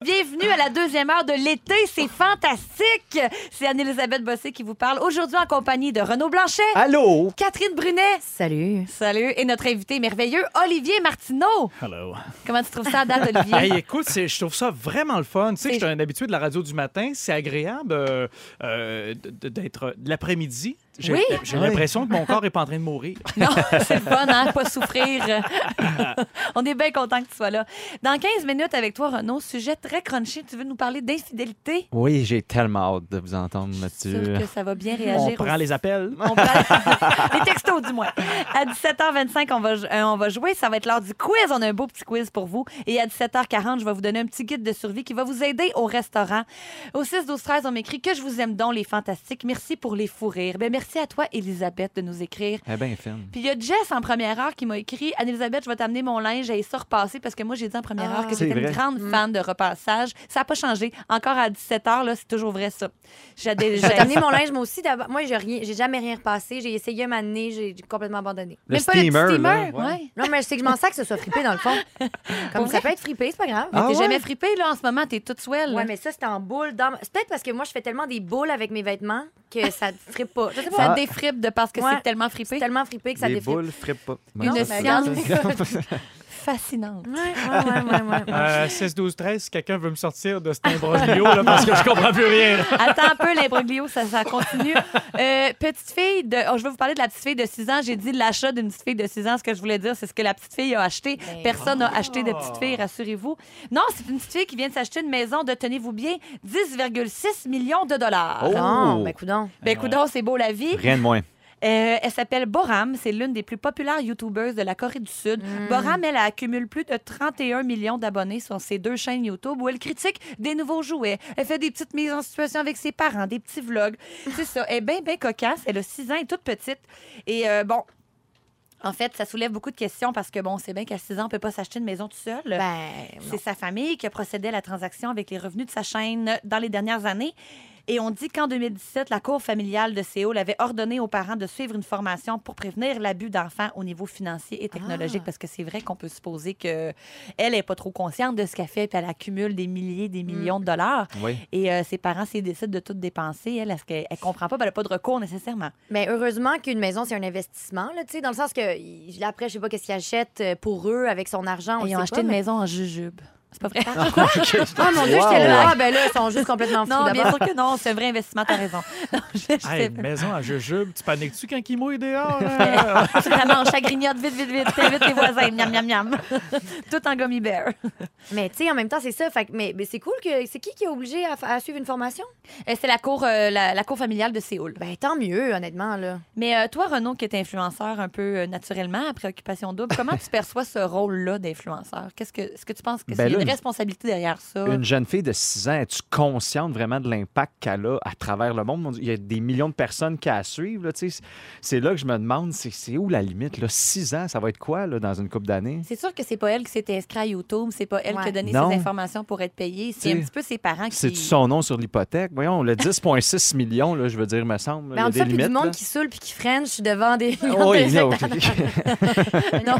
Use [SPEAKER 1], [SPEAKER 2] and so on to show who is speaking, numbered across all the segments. [SPEAKER 1] Bienvenue à la deuxième heure de l'été. C'est fantastique. C'est Anne-Elisabeth Bossé qui vous parle aujourd'hui en compagnie de Renaud Blanchet,
[SPEAKER 2] Allô?
[SPEAKER 1] Catherine Brunet.
[SPEAKER 3] Salut.
[SPEAKER 1] Salut. Et notre invité merveilleux, Olivier Martineau.
[SPEAKER 4] Hello.
[SPEAKER 1] Comment tu trouves ça à date, Olivier?
[SPEAKER 4] Hey, écoute, c'est- je trouve ça vraiment le fun. Tu sais,
[SPEAKER 1] C'est-
[SPEAKER 4] je suis un habitué de la radio du matin. C'est agréable euh, euh, d- d- d'être de l'après-midi. J'ai
[SPEAKER 1] Oui.
[SPEAKER 4] j'ai l'impression que mon corps est pas en train de mourir.
[SPEAKER 1] Non, c'est le fun, hein? Pas souffrir. On est bien content que tu sois là. Dans 15 minutes avec toi, Renaud, sujet très crunchy. Tu veux nous parler d'infidélité?
[SPEAKER 2] Oui, j'ai tellement hâte de vous entendre
[SPEAKER 1] Sûr
[SPEAKER 2] là-dessus.
[SPEAKER 1] que ça va bien
[SPEAKER 4] On
[SPEAKER 1] réagir.
[SPEAKER 4] prend
[SPEAKER 1] aussi.
[SPEAKER 4] les appels.
[SPEAKER 1] On prend- les textos, du moins. À 17h25, on va, jou- euh, on va jouer. Ça va être l'heure du quiz. On a un beau petit quiz pour vous. Et à 17h40, je vais vous donner un petit guide de survie qui va vous aider au restaurant. Au 6, 12, 13, on m'écrit que je vous aime donc, les fantastiques. Merci pour les fous rires. Ben, merci à toi, Elisabeth, de nous écrire.
[SPEAKER 2] Eh bien, fine.
[SPEAKER 1] Puis il y a Jess en première heure qui m'a écrit Anne-Elisabeth, je vais t'amener mon linge et ça repasser parce que moi, j'ai dit en première
[SPEAKER 3] Ah.
[SPEAKER 1] heure que
[SPEAKER 2] C'est
[SPEAKER 1] j'étais une
[SPEAKER 2] vrai.
[SPEAKER 1] grande fan de repassage. Ça n'a pas changé. Encore à 17h, là, c'est toujours vrai ça. J'ai
[SPEAKER 3] Je vais t'amener mon linge, moi aussi. d'abord. Moi, j'ai rien, j'ai jamais rien repassé. J'ai essayé un année, j'ai j'ai complètement abandonné.
[SPEAKER 2] Le
[SPEAKER 1] Même pas le petit
[SPEAKER 2] steamer, là,
[SPEAKER 1] steamer,
[SPEAKER 2] ouais.
[SPEAKER 1] ouais.
[SPEAKER 3] Non, mais c'est que je m'en sers que ce soit fripé dans le fond. Comme
[SPEAKER 1] Pour
[SPEAKER 3] ça peut être fripé, c'est pas grave.
[SPEAKER 1] Mais
[SPEAKER 2] Ah
[SPEAKER 1] t'es
[SPEAKER 2] ouais?
[SPEAKER 1] jamais frippée, là, en ce moment. T'es toute swell.
[SPEAKER 3] Ouais, mais ça, c'était en boule. Dans... C'est peut-être parce que moi, je fais tellement des boules avec mes vêtements que ça ne frippe pas. Je sais
[SPEAKER 1] Ça
[SPEAKER 3] pas.
[SPEAKER 2] Ah.
[SPEAKER 1] te défrippe de parce que
[SPEAKER 3] Ouais.
[SPEAKER 1] c'est tellement
[SPEAKER 3] C'est
[SPEAKER 1] frippé.
[SPEAKER 3] tellement frippé que ça
[SPEAKER 2] Les
[SPEAKER 3] défrippe.
[SPEAKER 2] boules frippent pas.
[SPEAKER 1] Une
[SPEAKER 2] Non,
[SPEAKER 3] mais
[SPEAKER 1] science.
[SPEAKER 3] regarde.
[SPEAKER 1] Fascinant.
[SPEAKER 3] Ouais, ouais, ouais, ouais, ouais.
[SPEAKER 4] Euh, 16, 12, 13, si quelqu'un veut me sortir de cet imbroglio, là, parce que je comprends plus rien.
[SPEAKER 1] Attends un peu, l'imbroglio, ça, ça continue. Euh, petite fille de. oh, je vais vous parler de la petite fille de 6 ans. J'ai dit l'achat d'une petite fille de 6 ans. Ce que je voulais dire, c'est ce que la petite fille a acheté.
[SPEAKER 3] Ben,
[SPEAKER 1] Personne n'a acheté de petite fille, rassurez-vous. Non, c'est une petite fille qui vient de s'acheter une maison de, tenez-vous bien, 10,6 millions de dollars.
[SPEAKER 2] Oh.
[SPEAKER 3] Non, ben coudon.
[SPEAKER 1] Ben, coudon, c'est beau la vie.
[SPEAKER 2] Rien de moins.
[SPEAKER 1] Euh, elle s'appelle Boram. C'est l'une des plus populaires YouTubers de la Corée du Sud. Boram, elle accumule plus de 31 millions d'abonnés sur ses deux chaînes YouTube où elle critique des nouveaux jouets. Elle fait des petites mises en situation avec ses parents, des petits vlogs. C'est ça. Elle est bien, bien cocasse. Elle a 6 ans, elle est toute petite. Et euh, bon. En fait, ça soulève beaucoup de questions parce que, bon, c'est bien qu'à 6 ans, on peut pas s'acheter une maison tout seul.
[SPEAKER 3] Ben, non.
[SPEAKER 1] C'est sa famille qui a procédé à la transaction avec les revenus de sa chaîne dans les dernières années. Et on dit qu'en 2017, la Cour familiale de Séoul avait ordonné aux parents de suivre une formation pour prévenir l'abus d'enfants au niveau financier et technologique,
[SPEAKER 3] Ah.
[SPEAKER 1] parce que c'est vrai qu'on peut supposer que elle est pas trop consciente de ce qu'elle fait, puis elle accumule des milliers, des millions de
[SPEAKER 3] Mm.
[SPEAKER 1] dollars.
[SPEAKER 2] Oui.
[SPEAKER 1] Et euh, ses parents, s'ils décident de tout dépenser, elle, est-ce qu'elle elle comprend pas, ben, elle n'a pas de recours nécessairement.
[SPEAKER 3] Mais heureusement qu'une maison, c'est un investissement, là, tu sais, dans le sens que il- après, je sais pas qu'est-ce qu'ils achètent euh, pour eux avec son argent. Ah, on le
[SPEAKER 1] Ils ont
[SPEAKER 3] sait
[SPEAKER 1] acheté
[SPEAKER 3] pas,
[SPEAKER 1] une
[SPEAKER 3] mais-
[SPEAKER 1] maison en jujube. C'est pas vrai?
[SPEAKER 3] Ah mon Dieu, j'étais
[SPEAKER 2] Wow.
[SPEAKER 3] là. Ah, ben là, ils sont juste complètement fous
[SPEAKER 1] non, bien
[SPEAKER 3] d'abord.
[SPEAKER 1] sûr que non, c'est un vrai investissement, t'as raison. Non, je- je
[SPEAKER 4] Hey,
[SPEAKER 1] sais
[SPEAKER 4] une maison à jujube, tu paniques-tu quand il mouille dehors? hein?
[SPEAKER 1] Tu la manches, elle grignote vite, vite, vite. T'invites tes voisins, miam, miam, miam. Tout en gummy bear.
[SPEAKER 3] Mais tu sais, en même temps, c'est ça. Fait que- mais mais c'est cool que. C'est qui qui est obligé à, fa- à suivre une formation?
[SPEAKER 1] Euh, C'est la cour, euh, la, la cour familiale de Séoul.
[SPEAKER 3] Ben tant mieux, honnêtement, là.
[SPEAKER 1] Mais euh, toi, Renaud, qui est influenceur un peu euh, naturellement, à préoccupation double, comment tu perçois ce rôle-là d'influenceur? Qu'est-ce que, est-ce que tu penses que
[SPEAKER 2] Ben
[SPEAKER 1] c'est
[SPEAKER 2] là,
[SPEAKER 1] une
[SPEAKER 2] une-
[SPEAKER 1] responsabilité derrière ça?
[SPEAKER 2] Une jeune fille de 6 ans, es-tu consciente vraiment de l'impact qu'elle a à travers le monde? Mon Dieu, Il y a des millions de personnes qui la suivent. là, tu sais. C'est là que je me demande, c'est- c'est où la limite? 6 ans, ça va être quoi là, dans une couple d'années?
[SPEAKER 1] C'est sûr que c'est pas elle qui s'est inscrite à YouTube, c'est pas elle qui a
[SPEAKER 3] Ouais.
[SPEAKER 1] donné
[SPEAKER 2] Non.
[SPEAKER 1] ses informations pour être payée. C'est
[SPEAKER 2] Tu
[SPEAKER 1] un
[SPEAKER 2] sais,
[SPEAKER 1] petit peu ses parents qui.
[SPEAKER 2] C'est-tu son nom sur l'hypothèque? Voyons, le 10,6 millions, là, je veux dire, me
[SPEAKER 1] Ben,
[SPEAKER 2] semble.
[SPEAKER 3] Mais en
[SPEAKER 2] il
[SPEAKER 3] tout
[SPEAKER 2] y a
[SPEAKER 3] cas,
[SPEAKER 2] des
[SPEAKER 3] Ben, puis
[SPEAKER 2] limites.
[SPEAKER 3] du monde
[SPEAKER 2] là.
[SPEAKER 3] qui saoule puis qui suis devant des.
[SPEAKER 2] Oh, oui,
[SPEAKER 3] non.
[SPEAKER 2] non,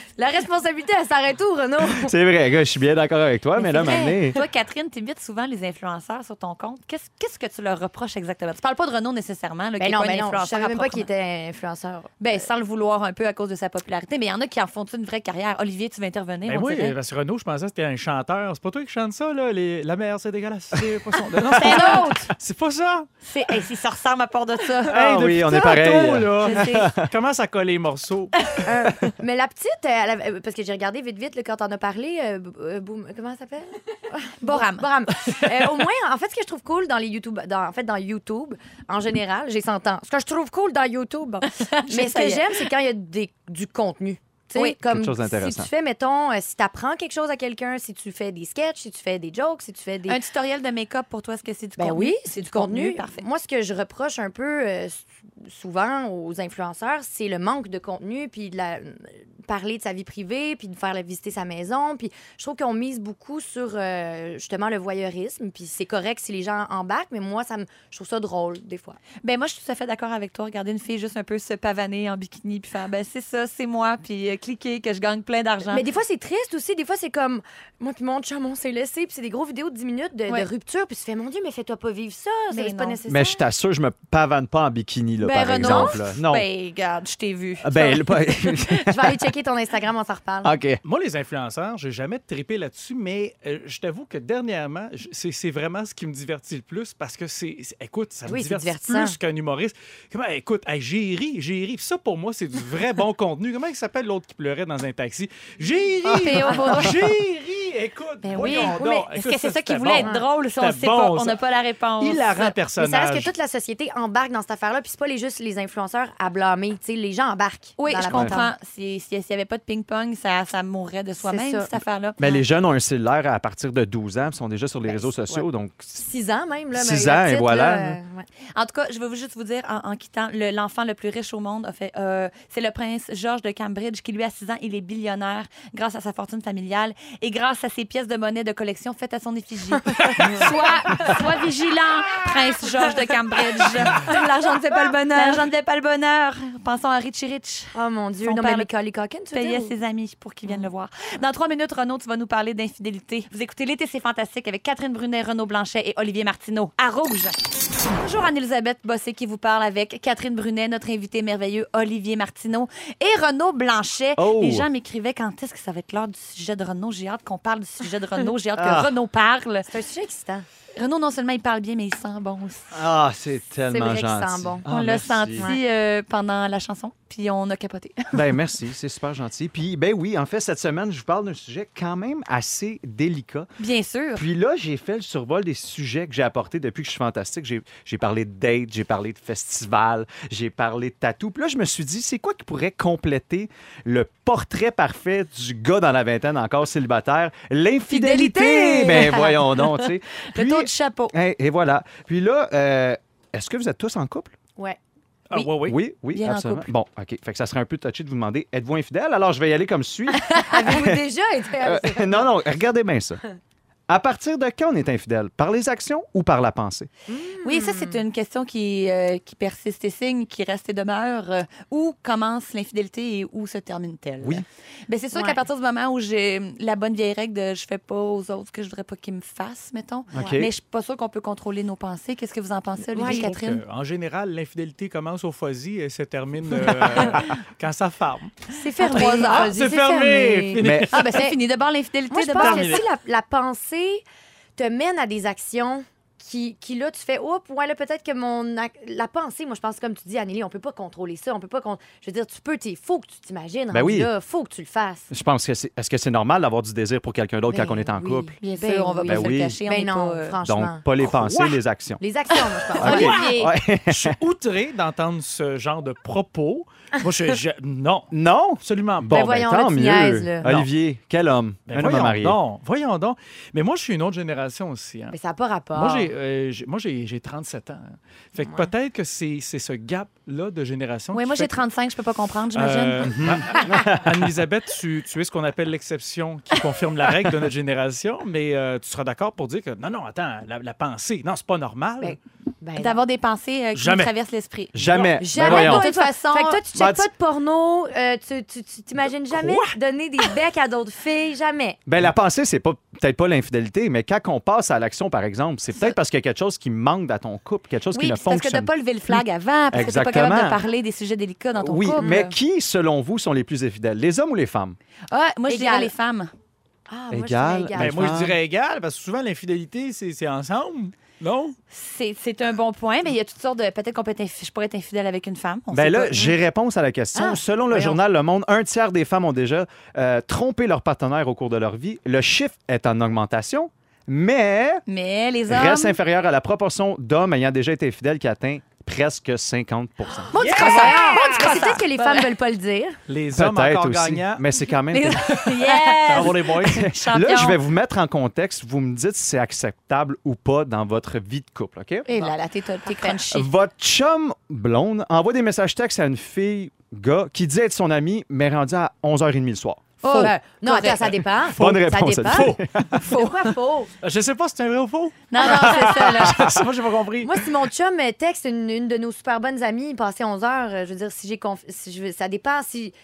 [SPEAKER 3] La responsabilité, elle s'arrête où, Renaud?
[SPEAKER 2] c'est vrai, gars, je suis bien d'accord avec toi, mais, là,
[SPEAKER 1] c'est vrai.
[SPEAKER 2] maintenant.
[SPEAKER 1] Toi, Catherine, t'invites souvent les influenceurs sur ton compte. Qu'est-ce, qu'est-ce que tu leur reproches exactement? Tu parles pas de Renaud nécessairement, là, qui
[SPEAKER 3] Ben
[SPEAKER 1] est
[SPEAKER 3] non,
[SPEAKER 1] pas un
[SPEAKER 3] ben non. Je
[SPEAKER 1] influenceur
[SPEAKER 3] savais
[SPEAKER 1] à
[SPEAKER 3] même pas qu'il
[SPEAKER 1] proprement-
[SPEAKER 3] était influenceur.
[SPEAKER 1] Ben, sans le vouloir un peu à cause de sa popularité, mais il y en a qui en font une vraie carrière. Olivier, tu veux intervenir?
[SPEAKER 4] Ben
[SPEAKER 1] on
[SPEAKER 4] oui,
[SPEAKER 1] dirait?
[SPEAKER 4] parce que Renaud, je pensais que c'était un chanteur. C'est pas toi qui chante ça, là? les- La mer, c'est dégueulasse. C'est pas son- Non, c'est
[SPEAKER 1] C'est
[SPEAKER 4] pas ça.
[SPEAKER 1] l'autre!
[SPEAKER 4] C'est pas ça.
[SPEAKER 1] C'est, hey, si ça ressemble à part de ça.
[SPEAKER 2] Ah
[SPEAKER 4] depuis
[SPEAKER 2] oui, on est
[SPEAKER 4] tantôt,
[SPEAKER 2] pareil.
[SPEAKER 4] là.
[SPEAKER 1] Je sais.
[SPEAKER 4] Commence à coller les morceaux.
[SPEAKER 3] Euh, mais la petite, euh, elle avait- euh, parce que j'ai regardé vite, vite là, quand on a parlé, euh, b- euh, boum, comment elle s'appelle?
[SPEAKER 1] Boram.
[SPEAKER 3] Boram. Euh, au moins, en fait, ce que je trouve cool dans les YouTube, dans- en fait, dans YouTube, en général, j'ai 100 ans. Ce que je trouve cool dans YouTube, bon. mais ce que
[SPEAKER 1] J'essayais.
[SPEAKER 3] j'aime, c'est quand il y a des- du contenu. Tu sais,
[SPEAKER 1] Oui.
[SPEAKER 3] comme
[SPEAKER 2] Quelque chose
[SPEAKER 3] si
[SPEAKER 2] d'intéressant.
[SPEAKER 3] tu fais, mettons, euh, si tu apprends quelque chose à quelqu'un, si tu fais des sketchs, si tu fais des jokes, si tu fais des.
[SPEAKER 1] Un tutoriel de make-up pour toi, est-ce que c'est du
[SPEAKER 3] Ben
[SPEAKER 1] contenu?
[SPEAKER 3] oui, c'est du contenu.
[SPEAKER 1] Parfait.
[SPEAKER 3] Moi, ce que je reproche un peu euh, s- souvent aux influenceurs, c'est le manque de contenu puis de la euh, parler de sa vie privée, puis de faire la- visiter sa maison. Puis je trouve qu'on mise beaucoup sur euh, justement le voyeurisme. Puis c'est correct si les gens embarquent, mais moi, ça me, je trouve ça drôle des fois.
[SPEAKER 1] Ben moi, je suis tout à fait d'accord avec toi. Regarder une fille juste un peu se pavaner en bikini puis faire, ben c'est ça, c'est moi, puis euh, cliquer que je gagne plein d'argent.
[SPEAKER 3] Mais des fois, c'est triste aussi. Des fois, c'est comme moi puis mon chum, on s'est laissé. Puis c'est des gros vidéos de 10 minutes de, de
[SPEAKER 1] Ouais.
[SPEAKER 3] rupture. Puis tu fais, mon Dieu, mais fais-toi pas vivre ça.
[SPEAKER 1] Ben
[SPEAKER 3] C'est pas
[SPEAKER 1] non.
[SPEAKER 3] nécessaire.
[SPEAKER 2] Mais je t'assure, je me pavane pas en bikini, là,
[SPEAKER 1] Ben,
[SPEAKER 2] par
[SPEAKER 1] Renaud,
[SPEAKER 2] exemple. là. Non.
[SPEAKER 1] Ben, regarde, je t'ai vu.
[SPEAKER 2] Ah, ben, le- pas-
[SPEAKER 3] Je vais aller checker ton Instagram, on s'en reparle.
[SPEAKER 2] OK.
[SPEAKER 4] Moi, les influenceurs, j'ai jamais trippé là-dessus, mais euh, je t'avoue que dernièrement, je- c'est c'est vraiment ce qui me divertit le plus parce que c'est. c'est- Écoute, ça
[SPEAKER 3] Oui,
[SPEAKER 4] me
[SPEAKER 3] c'est
[SPEAKER 4] divertit
[SPEAKER 3] divertissant.
[SPEAKER 4] plus qu'un humoriste. Comment, écoute, hey, j'ai ri, j'ai ri. Puis Ça, pour moi, c'est du vrai bon contenu. Comment il s'appelle l'autre qui pleurait dans un taxi? J'ai ri!
[SPEAKER 1] Théo Beaudoin.
[SPEAKER 4] j'ai ri! Écoute,
[SPEAKER 3] Ben oui,
[SPEAKER 4] voyons
[SPEAKER 1] Oui,
[SPEAKER 4] donc.
[SPEAKER 1] mais est-ce
[SPEAKER 4] Écoute,
[SPEAKER 1] que c'est ça qui
[SPEAKER 4] c'était
[SPEAKER 1] voulait
[SPEAKER 4] bon.
[SPEAKER 1] être drôle? Ça, on
[SPEAKER 4] C'était
[SPEAKER 1] le sait
[SPEAKER 4] bon,
[SPEAKER 1] pas, on
[SPEAKER 4] ça.
[SPEAKER 1] n'a pas la réponse.
[SPEAKER 4] Il la rend
[SPEAKER 3] Mais ça
[SPEAKER 4] personnage.
[SPEAKER 3] reste que toute la société embarque dans cette affaire-là, puis c'est pas les, juste les influenceurs à blâmer. Tu sais, les gens embarquent.
[SPEAKER 1] Oui,
[SPEAKER 3] dans
[SPEAKER 1] je
[SPEAKER 3] la
[SPEAKER 1] comprends.
[SPEAKER 3] patente.
[SPEAKER 1] Si- si- S'il n'y avait pas de ping-pong, ça, ça mourrait de soi-même,
[SPEAKER 3] ça.
[SPEAKER 1] cette affaire-là.
[SPEAKER 2] Mais Ben, les jeunes ont un cellulaire à partir de 12 ans, puis sont déjà sur les réseaux sociaux, donc
[SPEAKER 3] Six ans même. Là,
[SPEAKER 2] Six
[SPEAKER 3] mais
[SPEAKER 2] ans,
[SPEAKER 3] la
[SPEAKER 2] et
[SPEAKER 3] petite,
[SPEAKER 2] voilà.
[SPEAKER 3] là, euh, ouais.
[SPEAKER 1] En tout cas, je veux juste vous dire, en, en quittant, le- l'enfant le, plus riche au monde a fait. euh, c'est le prince George de Cambridge qui, lui, à 6 ans, il est billionnaire grâce à sa fortune familiale et grâce à ses pièces de monnaie de collection faites à son effigie. sois, sois vigilant, prince George de Cambridge. L'argent ne fait pas le bonheur. L'argent ne fait pas le bonheur. Pensons à Richie Rich.
[SPEAKER 3] Oh mon Dieu.
[SPEAKER 1] Son
[SPEAKER 3] non,
[SPEAKER 1] père
[SPEAKER 3] mais
[SPEAKER 1] le
[SPEAKER 3] Macaulay Culkin, tu veux
[SPEAKER 1] payait
[SPEAKER 3] dire?
[SPEAKER 1] ses amis pour qu'ils viennent le voir. Dans trois minutes, Renaud, tu vas nous parler d'infidélité. Vous écoutez L'été, c'est fantastique avec Catherine Brunet, Renaud Blanchet et Olivier Martineau à Rouge. Bonjour Anne-Elisabeth Bossé qui vous parle avec Catherine Brunet, notre invité merveilleux Olivier Martineau et Renaud Blanchet.
[SPEAKER 2] Oh!
[SPEAKER 1] Les gens m'écrivaient quand est-ce que ça va être l'heure du sujet de Renaud. J'ai hâte qu'on parle du sujet de Renaud. J'ai hâte que
[SPEAKER 2] Ah.
[SPEAKER 1] Renaud parle.
[SPEAKER 3] C'est un sujet excitant.
[SPEAKER 1] Renaud, non seulement il parle bien, mais il sent bon aussi.
[SPEAKER 2] Ah, c'est tellement
[SPEAKER 3] vrai qu'il
[SPEAKER 2] gentil.
[SPEAKER 3] sent bon.
[SPEAKER 2] Ah,
[SPEAKER 1] on l'a
[SPEAKER 2] merci.
[SPEAKER 1] senti euh, pendant la chanson, puis on a capoté.
[SPEAKER 2] Ben merci, c'est super gentil. Puis ben oui, en fait cette semaine, je vous parle d'un sujet quand même assez délicat.
[SPEAKER 1] Bien sûr.
[SPEAKER 2] Puis là, j'ai fait le survol des sujets que j'ai apportés depuis que je suis fantastique. J'ai- J'ai parlé de date, j'ai parlé de festival, j'ai parlé de tatou. Puis là, je me suis dit, c'est quoi qui pourrait compléter le portrait parfait du gars dans la vingtaine encore célibataire? L'infidélité!
[SPEAKER 1] Fidélité!
[SPEAKER 2] Ben voyons donc, tu sais.
[SPEAKER 1] Le
[SPEAKER 2] Puis-
[SPEAKER 1] taux de chapeau.
[SPEAKER 2] Hey, et voilà. Puis là, euh, est-ce que vous êtes tous en couple?
[SPEAKER 3] Ouais.
[SPEAKER 4] Ah, ouais, ouais.
[SPEAKER 2] Oui, oui,
[SPEAKER 1] Bien en
[SPEAKER 2] absolument.
[SPEAKER 1] couple.
[SPEAKER 2] Bon, OK. Fait que ça serait un peu touché de vous demander êtes-vous infidèle Alors, je vais y aller comme suit.
[SPEAKER 3] Avez-vous déjà été.
[SPEAKER 2] Euh, non, non, regardez bien ça. À partir de quand on est infidèle Par les actions ou par la pensée
[SPEAKER 1] Oui, ça, c'est une question qui, euh, qui persiste et signe, qui reste et demeure. Euh, où commence l'infidélité et où se termine-t-elle?
[SPEAKER 2] Oui.
[SPEAKER 1] Bien, c'est sûr
[SPEAKER 3] Ouais.
[SPEAKER 1] qu'à partir du moment où j'ai euh, la bonne vieille règle de je fais pas aux autres ce que je voudrais pas qu'ils me fassent, mettons.
[SPEAKER 2] OK.
[SPEAKER 1] Mais je suis pas sûre qu'on peut contrôler nos pensées. Qu'est-ce que vous en pensez, Olivier
[SPEAKER 3] Ouais,
[SPEAKER 4] Je trouve que,
[SPEAKER 1] Catherine?
[SPEAKER 4] Euh, en général, l'infidélité commence au foisy et se termine euh, quand ça ferme.
[SPEAKER 1] C'est fermé.
[SPEAKER 3] trois heures.
[SPEAKER 1] Ah,
[SPEAKER 3] Vas-y,
[SPEAKER 4] c'est
[SPEAKER 3] c'est
[SPEAKER 4] fermé.
[SPEAKER 3] fermé.
[SPEAKER 4] Fini.
[SPEAKER 2] Mais
[SPEAKER 1] ben, c'est fini. D'abord, l'infidélité.
[SPEAKER 3] Moi, je
[SPEAKER 1] d'abord,
[SPEAKER 3] pense
[SPEAKER 1] le
[SPEAKER 3] que
[SPEAKER 4] terminé.
[SPEAKER 3] si la, la pensée te mène à des actions qui, qui là, tu fais, oups, ouais, là, peut-être que mon. ac- La pensée, moi, je pense, comme tu dis, Anneli, on peut pas contrôler ça. On peut pas. con- Je veux dire, tu peux, il faut que tu t'imagines.
[SPEAKER 2] Ben
[SPEAKER 3] rendu
[SPEAKER 2] oui.
[SPEAKER 3] Là, faut que tu le fasses.
[SPEAKER 2] je pense que c'est. Est-ce que c'est normal d'avoir du désir pour quelqu'un d'autre
[SPEAKER 3] Ben
[SPEAKER 2] quand on est en
[SPEAKER 3] oui.
[SPEAKER 2] couple
[SPEAKER 1] Bien
[SPEAKER 3] Ben
[SPEAKER 1] sûr, on va
[SPEAKER 3] oui.
[SPEAKER 1] pas se
[SPEAKER 2] Ben oui.
[SPEAKER 1] le cacher. on
[SPEAKER 3] Ben
[SPEAKER 1] est
[SPEAKER 3] non,
[SPEAKER 1] pas, euh,
[SPEAKER 3] franchement.
[SPEAKER 2] Donc, pas les pensées,
[SPEAKER 3] Quoi?
[SPEAKER 2] les actions.
[SPEAKER 3] Les actions, moi, je pense.
[SPEAKER 2] Ok.
[SPEAKER 1] Olivier.
[SPEAKER 2] Ouais.
[SPEAKER 4] Je suis outré d'entendre ce genre de propos. Moi, je, je- non,
[SPEAKER 2] Non
[SPEAKER 4] absolument pas.
[SPEAKER 2] Bon, ben,
[SPEAKER 3] voyons, là,
[SPEAKER 2] tant
[SPEAKER 3] tu
[SPEAKER 2] mieux.
[SPEAKER 3] niaises, là.
[SPEAKER 2] Olivier, quel homme
[SPEAKER 4] Ben,
[SPEAKER 2] Un homme à
[SPEAKER 4] voyons
[SPEAKER 2] marier.
[SPEAKER 4] donc, voyons donc. Mais moi, je suis une autre génération aussi. hein.
[SPEAKER 3] Mais ça n'a Ben, pas rapport.
[SPEAKER 4] Moi, j'ai, euh, j'ai- moi, j'ai, j'ai 37 ans. hein. Fait que peut-être que c'est, c'est ce gap-là de génération.
[SPEAKER 1] Oui,
[SPEAKER 4] qui
[SPEAKER 1] moi,
[SPEAKER 4] fait
[SPEAKER 1] j'ai
[SPEAKER 4] que-
[SPEAKER 1] 35, je peux pas comprendre, j'imagine.
[SPEAKER 4] Euh, ah, ah, Anne-Elisabeth, tu, tu es ce qu'on appelle l'exception qui confirme la règle de notre génération, mais euh, tu seras d'accord pour dire que non, non, attends, la, la pensée, non, c'est pas normal.
[SPEAKER 3] Ben, Ben non.
[SPEAKER 1] D'avoir des pensées euh, qui nous
[SPEAKER 4] Jamais.
[SPEAKER 1] traversent l'esprit.
[SPEAKER 2] Jamais. Ben,
[SPEAKER 3] Jamais
[SPEAKER 2] voyons.
[SPEAKER 3] de toute
[SPEAKER 1] Toi, toi,
[SPEAKER 3] façon. Fait que toi, tu checkes
[SPEAKER 2] bah,
[SPEAKER 3] pas de porno, euh, tu tu- tu t'imagines jamais donner des becs à d'autres filles, jamais.
[SPEAKER 2] Ben, la pensée, c'est pas peut-être pas l'infidélité, mais quand on passe à l'action, par exemple, c'est peut-être parce qu'il y a quelque chose qui manque dans ton couple, quelque chose
[SPEAKER 1] Oui,
[SPEAKER 2] qui ne
[SPEAKER 1] puis parce
[SPEAKER 2] fonctionne
[SPEAKER 1] que de pas lever le flag avant, parce que t'es pas capable de
[SPEAKER 2] Exactement.
[SPEAKER 1] parler des sujets délicats dans ton
[SPEAKER 2] oui,
[SPEAKER 1] couple.
[SPEAKER 2] mais qui, selon vous, sont les plus infidèles, les hommes ou les femmes?
[SPEAKER 1] Ah, moi, je
[SPEAKER 3] Égal.
[SPEAKER 1] dirais les femmes.
[SPEAKER 3] Ah, moi, je
[SPEAKER 2] Égal,
[SPEAKER 3] suis
[SPEAKER 4] Ben,
[SPEAKER 3] égale.
[SPEAKER 2] ben,
[SPEAKER 4] moi, je
[SPEAKER 2] femme.
[SPEAKER 4] dirais égal, parce que souvent, l'infidélité, c'est, c'est ensemble, non?
[SPEAKER 1] C'est c'est un bon point, mais il y a toutes sortes de... Peut-être qu'on peut être infi- je pourrais être infidèle avec une femme. on
[SPEAKER 2] Ben
[SPEAKER 1] sait
[SPEAKER 2] là,
[SPEAKER 1] pas. hein?
[SPEAKER 2] j'ai réponse à la question.
[SPEAKER 1] Ah,
[SPEAKER 2] Selon le
[SPEAKER 1] voyons.
[SPEAKER 2] journal Le Monde, un tiers des femmes ont déjà euh, trompé leur partenaire au cours de leur vie. Le chiffre est en augmentation, mais
[SPEAKER 1] Mais les hommes...
[SPEAKER 2] reste inférieur à la proportion d'hommes ayant déjà été fidèles qui atteint presque 50
[SPEAKER 3] Mon Dieu, crosseur! Mon Dieu, crosseur! Ah, C'est peut-être que les femmes veulent pas le dire.
[SPEAKER 4] Les hommes
[SPEAKER 2] Peut-être
[SPEAKER 4] encore
[SPEAKER 2] aussi.
[SPEAKER 4] gagnants.
[SPEAKER 2] Mais c'est quand même.
[SPEAKER 1] Mais- yes!
[SPEAKER 4] Bravo, les boys.
[SPEAKER 1] Champion.
[SPEAKER 2] Là, je vais vous mettre en contexte. Vous me dites si c'est acceptable ou pas dans votre vie de couple, OK?
[SPEAKER 1] Et Eh là, là, t'es t'es crunchy.
[SPEAKER 2] Votre chum blonde envoie des messages textes à une fille, gars, qui dit être son amie, mais rendue à 11h30 le soir.
[SPEAKER 3] Oh, ben, non,
[SPEAKER 1] Correct.
[SPEAKER 3] attends, ça dépend.
[SPEAKER 2] Bonne réponse,
[SPEAKER 3] Ça dépend.
[SPEAKER 2] Annie.
[SPEAKER 3] Faux. Pourquoi faux?
[SPEAKER 4] Je sais pas si c'est un vrai ou faux.
[SPEAKER 1] Non, non, c'est ça, là.
[SPEAKER 4] Ah, Moi, j'ai pas compris.
[SPEAKER 3] Moi, si mon chum euh, texte une, une de nos super bonnes amies, passer 11 heures, euh, je veux dire, si j'ai conf- si je veux- ça dépend si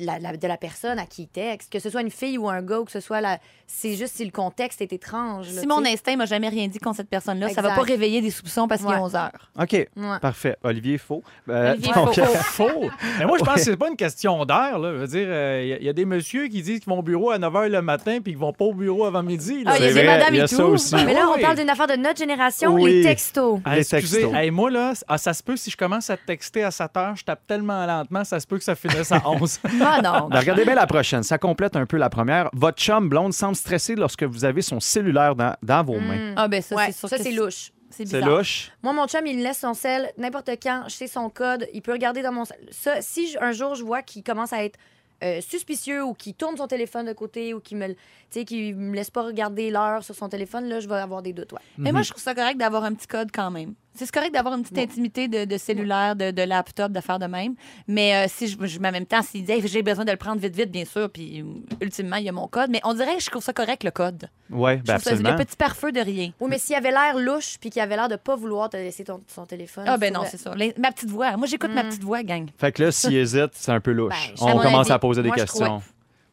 [SPEAKER 3] la- la- de la personne à qui il texte, que ce soit une fille ou un gars, ou que ce soit la, c'est juste si le contexte est étrange. là,
[SPEAKER 1] Si mon
[SPEAKER 3] tu sais.
[SPEAKER 1] instinct m'a jamais rien dit contre cette personne-là, ça va
[SPEAKER 3] Exact.
[SPEAKER 1] pas réveiller des soupçons parce qu'il est
[SPEAKER 3] Ouais.
[SPEAKER 1] 11 heures.
[SPEAKER 2] OK,
[SPEAKER 3] Ouais.
[SPEAKER 2] parfait. Olivier, faux. Euh,
[SPEAKER 1] Olivier,
[SPEAKER 2] donc,
[SPEAKER 1] faux.
[SPEAKER 4] Faux. Mais moi, je pense que c'est pas une question d'heure. là. Je veux dire, euh, il y a- il y, a des messieurs qui disent qu'ils vont au bureau à 9 h le matin puis qu'ils vont pas au bureau avant midi. là.
[SPEAKER 1] Ah, il y a
[SPEAKER 2] C'est
[SPEAKER 1] des
[SPEAKER 2] vrai,
[SPEAKER 1] madames
[SPEAKER 2] il y a
[SPEAKER 1] et
[SPEAKER 2] ça
[SPEAKER 1] tout. ben,
[SPEAKER 2] aussi.
[SPEAKER 3] Mais là, on
[SPEAKER 4] Oui.
[SPEAKER 3] parle d'une affaire de notre génération,
[SPEAKER 2] Oui.
[SPEAKER 3] les textos.
[SPEAKER 4] Ah,
[SPEAKER 2] Les
[SPEAKER 4] excusez,
[SPEAKER 2] textos.
[SPEAKER 4] hey, moi, là, ah, ça se peut, si je commence à te texter à 7 heures, je tape tellement lentement, ça se peut que ça finisse à 11.
[SPEAKER 1] Ah non.
[SPEAKER 2] Ben, regardez bien la prochaine. Ça complète un peu la première. Votre chum blonde semble stressée lorsque vous avez son cellulaire dans, dans vos mains.
[SPEAKER 1] Ah ben ça,
[SPEAKER 3] Ouais,
[SPEAKER 1] c'est sûr
[SPEAKER 3] Hmm. ça,
[SPEAKER 1] que
[SPEAKER 3] c'est louche.
[SPEAKER 1] C'est
[SPEAKER 2] C'est
[SPEAKER 1] bizarre.
[SPEAKER 2] louche.
[SPEAKER 3] Moi, mon chum, il laisse son sel n'importe quand, je sais son code, il peut regarder dans mon sel. Ça, si je- un jour je vois qu'il commence à être euh, suspicieux ou qu'il tourne son téléphone de côté ou qu'il me, le- tu sais, qu'il me laisse pas regarder l'heure sur son téléphone, là, je vais avoir des doutes. ouais.
[SPEAKER 1] Mais
[SPEAKER 2] Mhm.
[SPEAKER 1] moi, je trouve ça correct d'avoir un petit code quand même. C'est correct d'avoir une petite intimité de, de cellulaire, de, de laptop, d'affaires de même. Mais euh, si je, je- mais en même temps, s'il dit Hey, j'ai besoin de le prendre vite, vite, bien sûr, puis euh, ultimement, il y a mon code. Mais on dirait que je trouve ça correct, le code.
[SPEAKER 2] Oui,
[SPEAKER 1] Je
[SPEAKER 2] ben
[SPEAKER 1] trouve ça-
[SPEAKER 2] absolument.
[SPEAKER 1] le petit pare-feu de rien.
[SPEAKER 3] Oui, mais s'il avait l'air louche puis qu'il avait l'air de pas vouloir te laisser ton, son téléphone.
[SPEAKER 1] Ah ben non,
[SPEAKER 3] je
[SPEAKER 1] c'est Mm. ça. Les- ma petite voix. Moi, j'écoute ma petite voix, gang.
[SPEAKER 2] Fait que là, s'il hésite, c'est un peu louche.
[SPEAKER 3] Ben, à
[SPEAKER 2] on
[SPEAKER 3] mon
[SPEAKER 2] commence
[SPEAKER 3] avis,
[SPEAKER 2] à poser des
[SPEAKER 3] moi, je
[SPEAKER 2] questions.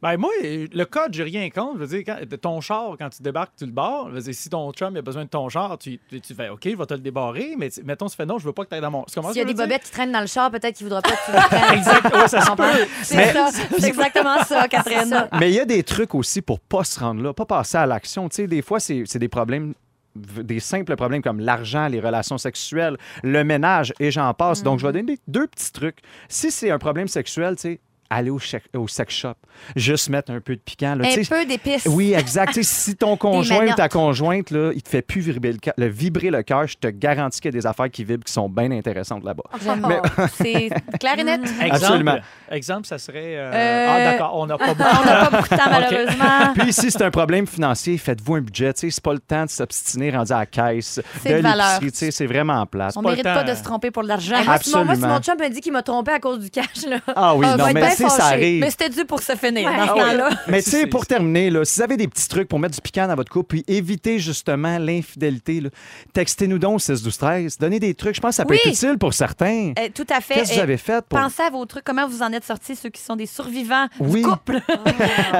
[SPEAKER 4] ben, moi, euh, le code, j'ai rien contre. Je veux dire, quand- de ton char, quand tu débarques, tu le barres. Je veux dire, si ton chum il a besoin de ton char, tu, tu, tu fais OK, il va te le débarrer, mais tu- mettons, tu fais non, je veux pas que tu ailles dans mon. Tu comprends
[SPEAKER 3] S'il y a
[SPEAKER 4] ce que
[SPEAKER 3] des
[SPEAKER 4] je veux dire?
[SPEAKER 3] bobettes qui traînent dans le char, peut-être qu'il voudra pas que tu le prennes.
[SPEAKER 4] Exact, ouais, ça se peut.
[SPEAKER 1] C'est ça. C'est exactement ça, Catherine.
[SPEAKER 2] Mais il y a des trucs aussi pour pas se rendre là, pas passer à l'action. Tu sais, des fois, c'est c'est des problèmes v- des simples problèmes comme l'argent, les relations sexuelles, le ménage et j'en passe. Donc,
[SPEAKER 1] Mhm.
[SPEAKER 2] je vais donner deux petits trucs. Si c'est un problème sexuel, tu sais, aller au, chec- au sex shop, juste mettre un peu de piquant. là, tu
[SPEAKER 1] Un
[SPEAKER 2] sais.
[SPEAKER 1] peu d'épices.
[SPEAKER 2] Oui, exact. Tu sais, si ton conjoint ou
[SPEAKER 3] menottes.
[SPEAKER 2] ta conjointe, là, il te fait plus vibrer le, cœur- le- vibrer le cœur, je te garantis qu'il y a des affaires qui vibrent qui sont bien intéressantes là-bas.
[SPEAKER 1] J'aime. C'est clair et net.
[SPEAKER 2] Mm.
[SPEAKER 4] Exemple,
[SPEAKER 2] Absolument.
[SPEAKER 4] Exemple, ça serait. euh,
[SPEAKER 1] Euh,
[SPEAKER 4] Ah, d'accord, on n'a pas beaucoup.
[SPEAKER 1] On n'a pas beaucoup de temps, malheureusement.
[SPEAKER 2] Puis si c'est un problème financier, faites-vous un budget. Tu sais, c'est pas le temps de s'obstiner rendu à la caisse.
[SPEAKER 1] C'est
[SPEAKER 2] de
[SPEAKER 1] de valeur.
[SPEAKER 2] l'épicerie, tu sais, c'est vraiment place.
[SPEAKER 1] On
[SPEAKER 4] pas le
[SPEAKER 1] mérite pas
[SPEAKER 2] hein.
[SPEAKER 4] temps.
[SPEAKER 1] de se tromper pour de l'argent.
[SPEAKER 3] Moi, si mon- moi, si
[SPEAKER 2] absolument.
[SPEAKER 3] mon chum me dit qu'il m'a trompé à cause du cash, là.
[SPEAKER 2] Ah oui,
[SPEAKER 1] Ah,
[SPEAKER 2] non,
[SPEAKER 1] faut être
[SPEAKER 2] mais
[SPEAKER 1] bien
[SPEAKER 2] tu sais, ça
[SPEAKER 1] fâché.
[SPEAKER 2] arrive.
[SPEAKER 1] Mais c'était dû pour se finir
[SPEAKER 3] Ouais.
[SPEAKER 1] dans ce
[SPEAKER 3] Ah ouais.
[SPEAKER 1] temps-là.
[SPEAKER 2] Mais tu sais,
[SPEAKER 4] C'est-
[SPEAKER 2] pour terminer, là, si vous avez des petits trucs pour mettre du piquant dans votre couple, puis éviter justement l'infidélité, là, textez-nous donc 6 12 13 Donnez des trucs. Je pense que ça peut
[SPEAKER 1] Oui.
[SPEAKER 2] être utile pour certains.
[SPEAKER 1] Euh, tout à fait.
[SPEAKER 2] Qu'est-ce que vous
[SPEAKER 1] Euh,
[SPEAKER 2] avez fait pour...
[SPEAKER 1] Pensez à vos trucs, comment vous en êtes sortis, ceux qui sont des survivants
[SPEAKER 2] Oui.
[SPEAKER 1] du couple.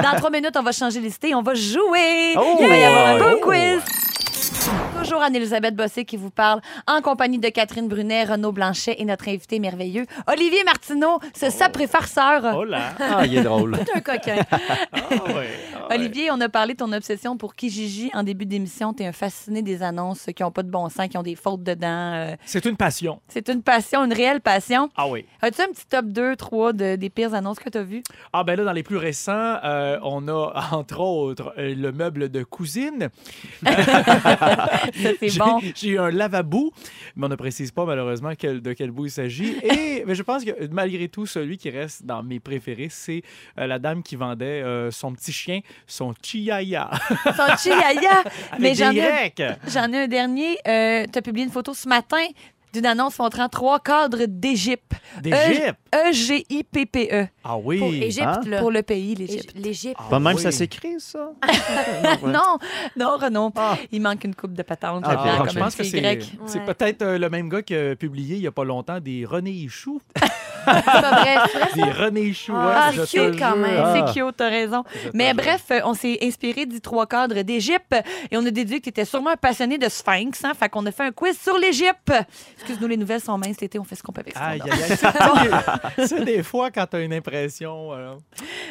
[SPEAKER 1] Dans trois minutes, on va changer les idées, on va jouer.
[SPEAKER 2] Oh!
[SPEAKER 1] Il va y avoir un beau
[SPEAKER 2] Oh!
[SPEAKER 1] quiz. Toujours Anne-Elisabeth Bossé qui vous parle en compagnie de Catherine Brunet, Renaud Blanchet et notre invité merveilleux, Olivier Martineau,
[SPEAKER 2] Oh.
[SPEAKER 1] ce sapré farceur.
[SPEAKER 4] Oh là.
[SPEAKER 2] Ah, il est drôle.
[SPEAKER 3] un coquin.
[SPEAKER 4] Ah ouais, ah ouais.
[SPEAKER 1] Olivier, on a parlé de ton obsession pour Kijiji en début d'émission. T'es un fasciné des annonces qui n'ont pas de bon sens, qui ont des fautes dedans. Euh,
[SPEAKER 4] C'est une passion.
[SPEAKER 1] C'est une passion, une réelle passion.
[SPEAKER 4] Ah oui.
[SPEAKER 1] As-tu un petit top 2, 3 de- des pires annonces que tu as vues?
[SPEAKER 4] Ah ben là, dans les plus récents, euh, on a entre autres euh, le meuble de cousine.
[SPEAKER 1] Ça, c'est
[SPEAKER 4] J'ai-
[SPEAKER 1] bon.
[SPEAKER 4] J'ai eu un lavabo, mais on ne précise pas malheureusement quel- de quel bout il s'agit. Et mais je pense que malgré tout, celui qui reste dans mes préférés, c'est euh, la dame qui vendait euh, son petit chien, son Chiaya.
[SPEAKER 1] Son chiaya. Mais
[SPEAKER 4] Avec
[SPEAKER 1] j'en
[SPEAKER 4] des
[SPEAKER 1] ai,
[SPEAKER 4] Y.
[SPEAKER 1] j'en ai un dernier. tu as publié une photo ce matin d'une annonce montrant trois cadres d'Égypte.
[SPEAKER 4] Des
[SPEAKER 1] Euh,
[SPEAKER 4] jipes.
[SPEAKER 1] E-G-I-P-P-E.
[SPEAKER 4] Ah oui.
[SPEAKER 3] Pour Égypte,
[SPEAKER 2] Hein?
[SPEAKER 3] là.
[SPEAKER 1] E. Pour le pays, l'Égypte.
[SPEAKER 3] Ég- L'Égypte.
[SPEAKER 4] Ah
[SPEAKER 2] Pas de même
[SPEAKER 4] oui.
[SPEAKER 2] ça s'écrit, ça?
[SPEAKER 1] Ah. Non, non, Renaud. Il manque une coupe de patente.
[SPEAKER 2] Ah,
[SPEAKER 1] là-dedans,
[SPEAKER 2] ok.
[SPEAKER 1] comme
[SPEAKER 4] Ah, je pense
[SPEAKER 1] une
[SPEAKER 4] que
[SPEAKER 1] fille
[SPEAKER 4] c'est
[SPEAKER 1] grecque.
[SPEAKER 4] c'est
[SPEAKER 3] Ouais.
[SPEAKER 4] peut-être euh, le même gars qui a publié il n'y a pas longtemps des René Ichou.
[SPEAKER 3] C'est pas vrai. C'est vrai.
[SPEAKER 4] Des René Ichou.
[SPEAKER 3] Ah,
[SPEAKER 4] ouais, je
[SPEAKER 3] c'est
[SPEAKER 4] te
[SPEAKER 3] cute quand
[SPEAKER 4] jure.
[SPEAKER 3] même.
[SPEAKER 2] Ah.
[SPEAKER 1] C'est cute, t'as raison.
[SPEAKER 4] Je te
[SPEAKER 1] Mais
[SPEAKER 4] jure.
[SPEAKER 1] bref, euh, on s'est inspiré du trois cadres d'Égypte et on a déduit que tu étais sûrement un passionné de sphinx. Hein? Fait qu'on a fait un quiz sur l'Égypte. Excuse-nous, les nouvelles sont minces l'été, on fait ce qu'on peut avec ce qu'on
[SPEAKER 4] Aïe,
[SPEAKER 1] a.
[SPEAKER 4] aïe, aïe. C'est des- C'est des fois quand t'as une impression. euh,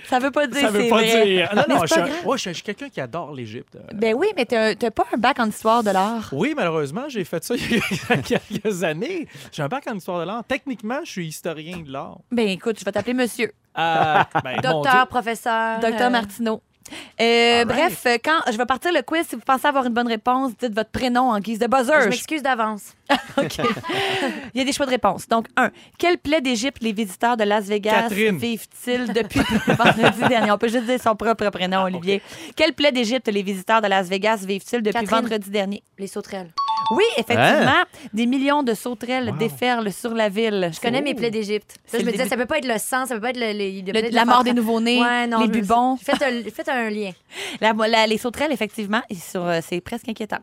[SPEAKER 1] Ça veut pas dire
[SPEAKER 4] ça veut
[SPEAKER 1] c'est
[SPEAKER 4] pas
[SPEAKER 1] vrai.
[SPEAKER 4] dire. Non,
[SPEAKER 1] Mais
[SPEAKER 4] non,
[SPEAKER 1] c'est
[SPEAKER 4] je suis,
[SPEAKER 1] pas
[SPEAKER 4] un- ouais, je suis- je suis quelqu'un qui adore l'Égypte. Euh,
[SPEAKER 1] Ben oui, mais t'as t'as pas un bac en histoire de l'art.
[SPEAKER 4] Oui, malheureusement, j'ai fait ça il y a quelques années. J'ai un bac en histoire de l'art. Techniquement, je suis historien de l'art.
[SPEAKER 1] Ben écoute, je vais t'appeler monsieur,
[SPEAKER 4] Euh, ben, mon Dieu.
[SPEAKER 3] Docteur, professeur.
[SPEAKER 1] docteur
[SPEAKER 3] euh,
[SPEAKER 1] Martineau. Euh,
[SPEAKER 4] Ah,
[SPEAKER 2] Alright.
[SPEAKER 1] bref, euh, quand je vais partir le quiz, si vous pensez avoir une bonne réponse, dites votre prénom en guise de
[SPEAKER 3] Je
[SPEAKER 1] buzzer.
[SPEAKER 3] m'excuse d'avance.
[SPEAKER 1] Il y a des choix de réponse. Donc, un, quelle plaie d'Égypte les visiteurs de Las Vegas
[SPEAKER 4] Catherine.
[SPEAKER 1] vivent-ils depuis vendredi dernier? On peut juste dire son propre prénom, Olivier. Quelle plaie d'Égypte les visiteurs de Las Vegas vivent-ils depuis
[SPEAKER 3] Catherine.
[SPEAKER 1] vendredi dernier?
[SPEAKER 3] Les sauterelles.
[SPEAKER 1] Oui, effectivement, des millions de sauterelles
[SPEAKER 2] Wow.
[SPEAKER 1] déferlent sur la ville.
[SPEAKER 3] Je connais mes plaies d'Égypte.
[SPEAKER 1] Oh. C'est
[SPEAKER 3] Là,
[SPEAKER 1] le
[SPEAKER 3] je me disais,
[SPEAKER 1] début.
[SPEAKER 3] ça peut pas être le sang, ça peut pas être le- les- les
[SPEAKER 1] Le-
[SPEAKER 3] plaies de
[SPEAKER 1] la mort des
[SPEAKER 3] ventre.
[SPEAKER 1] nouveau-nés,
[SPEAKER 3] Ouais, non,
[SPEAKER 1] les
[SPEAKER 3] je me-
[SPEAKER 1] bubons,
[SPEAKER 3] Faites un, faites un lien.
[SPEAKER 1] la- la- les sauterelles, effectivement, ils sont- euh, c'est presque inquiétant.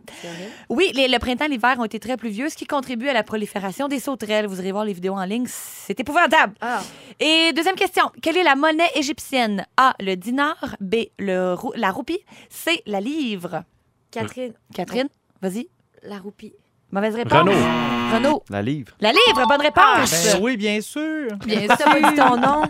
[SPEAKER 1] Oui, les- le printemps et l'hiver ont été très pluvieux, ce qui contribue à la prolifération des sauterelles. Vous irez voir les vidéos en ligne, c'est épouvantable.
[SPEAKER 3] Ah,
[SPEAKER 1] Et deuxième question, quelle est la monnaie égyptienne? A, le dinar, B, le rou- la roupie, C, la livre.
[SPEAKER 3] Catherine,
[SPEAKER 1] Catherine, vas-y.
[SPEAKER 3] la roupie.
[SPEAKER 1] Mauvaise réponse.
[SPEAKER 2] Renaud,
[SPEAKER 1] Renaud.
[SPEAKER 2] la livre.
[SPEAKER 1] La livre, bonne réponse.
[SPEAKER 4] Ben oui, bien sûr.
[SPEAKER 1] Bien sûr. T'as pas dit ton nom.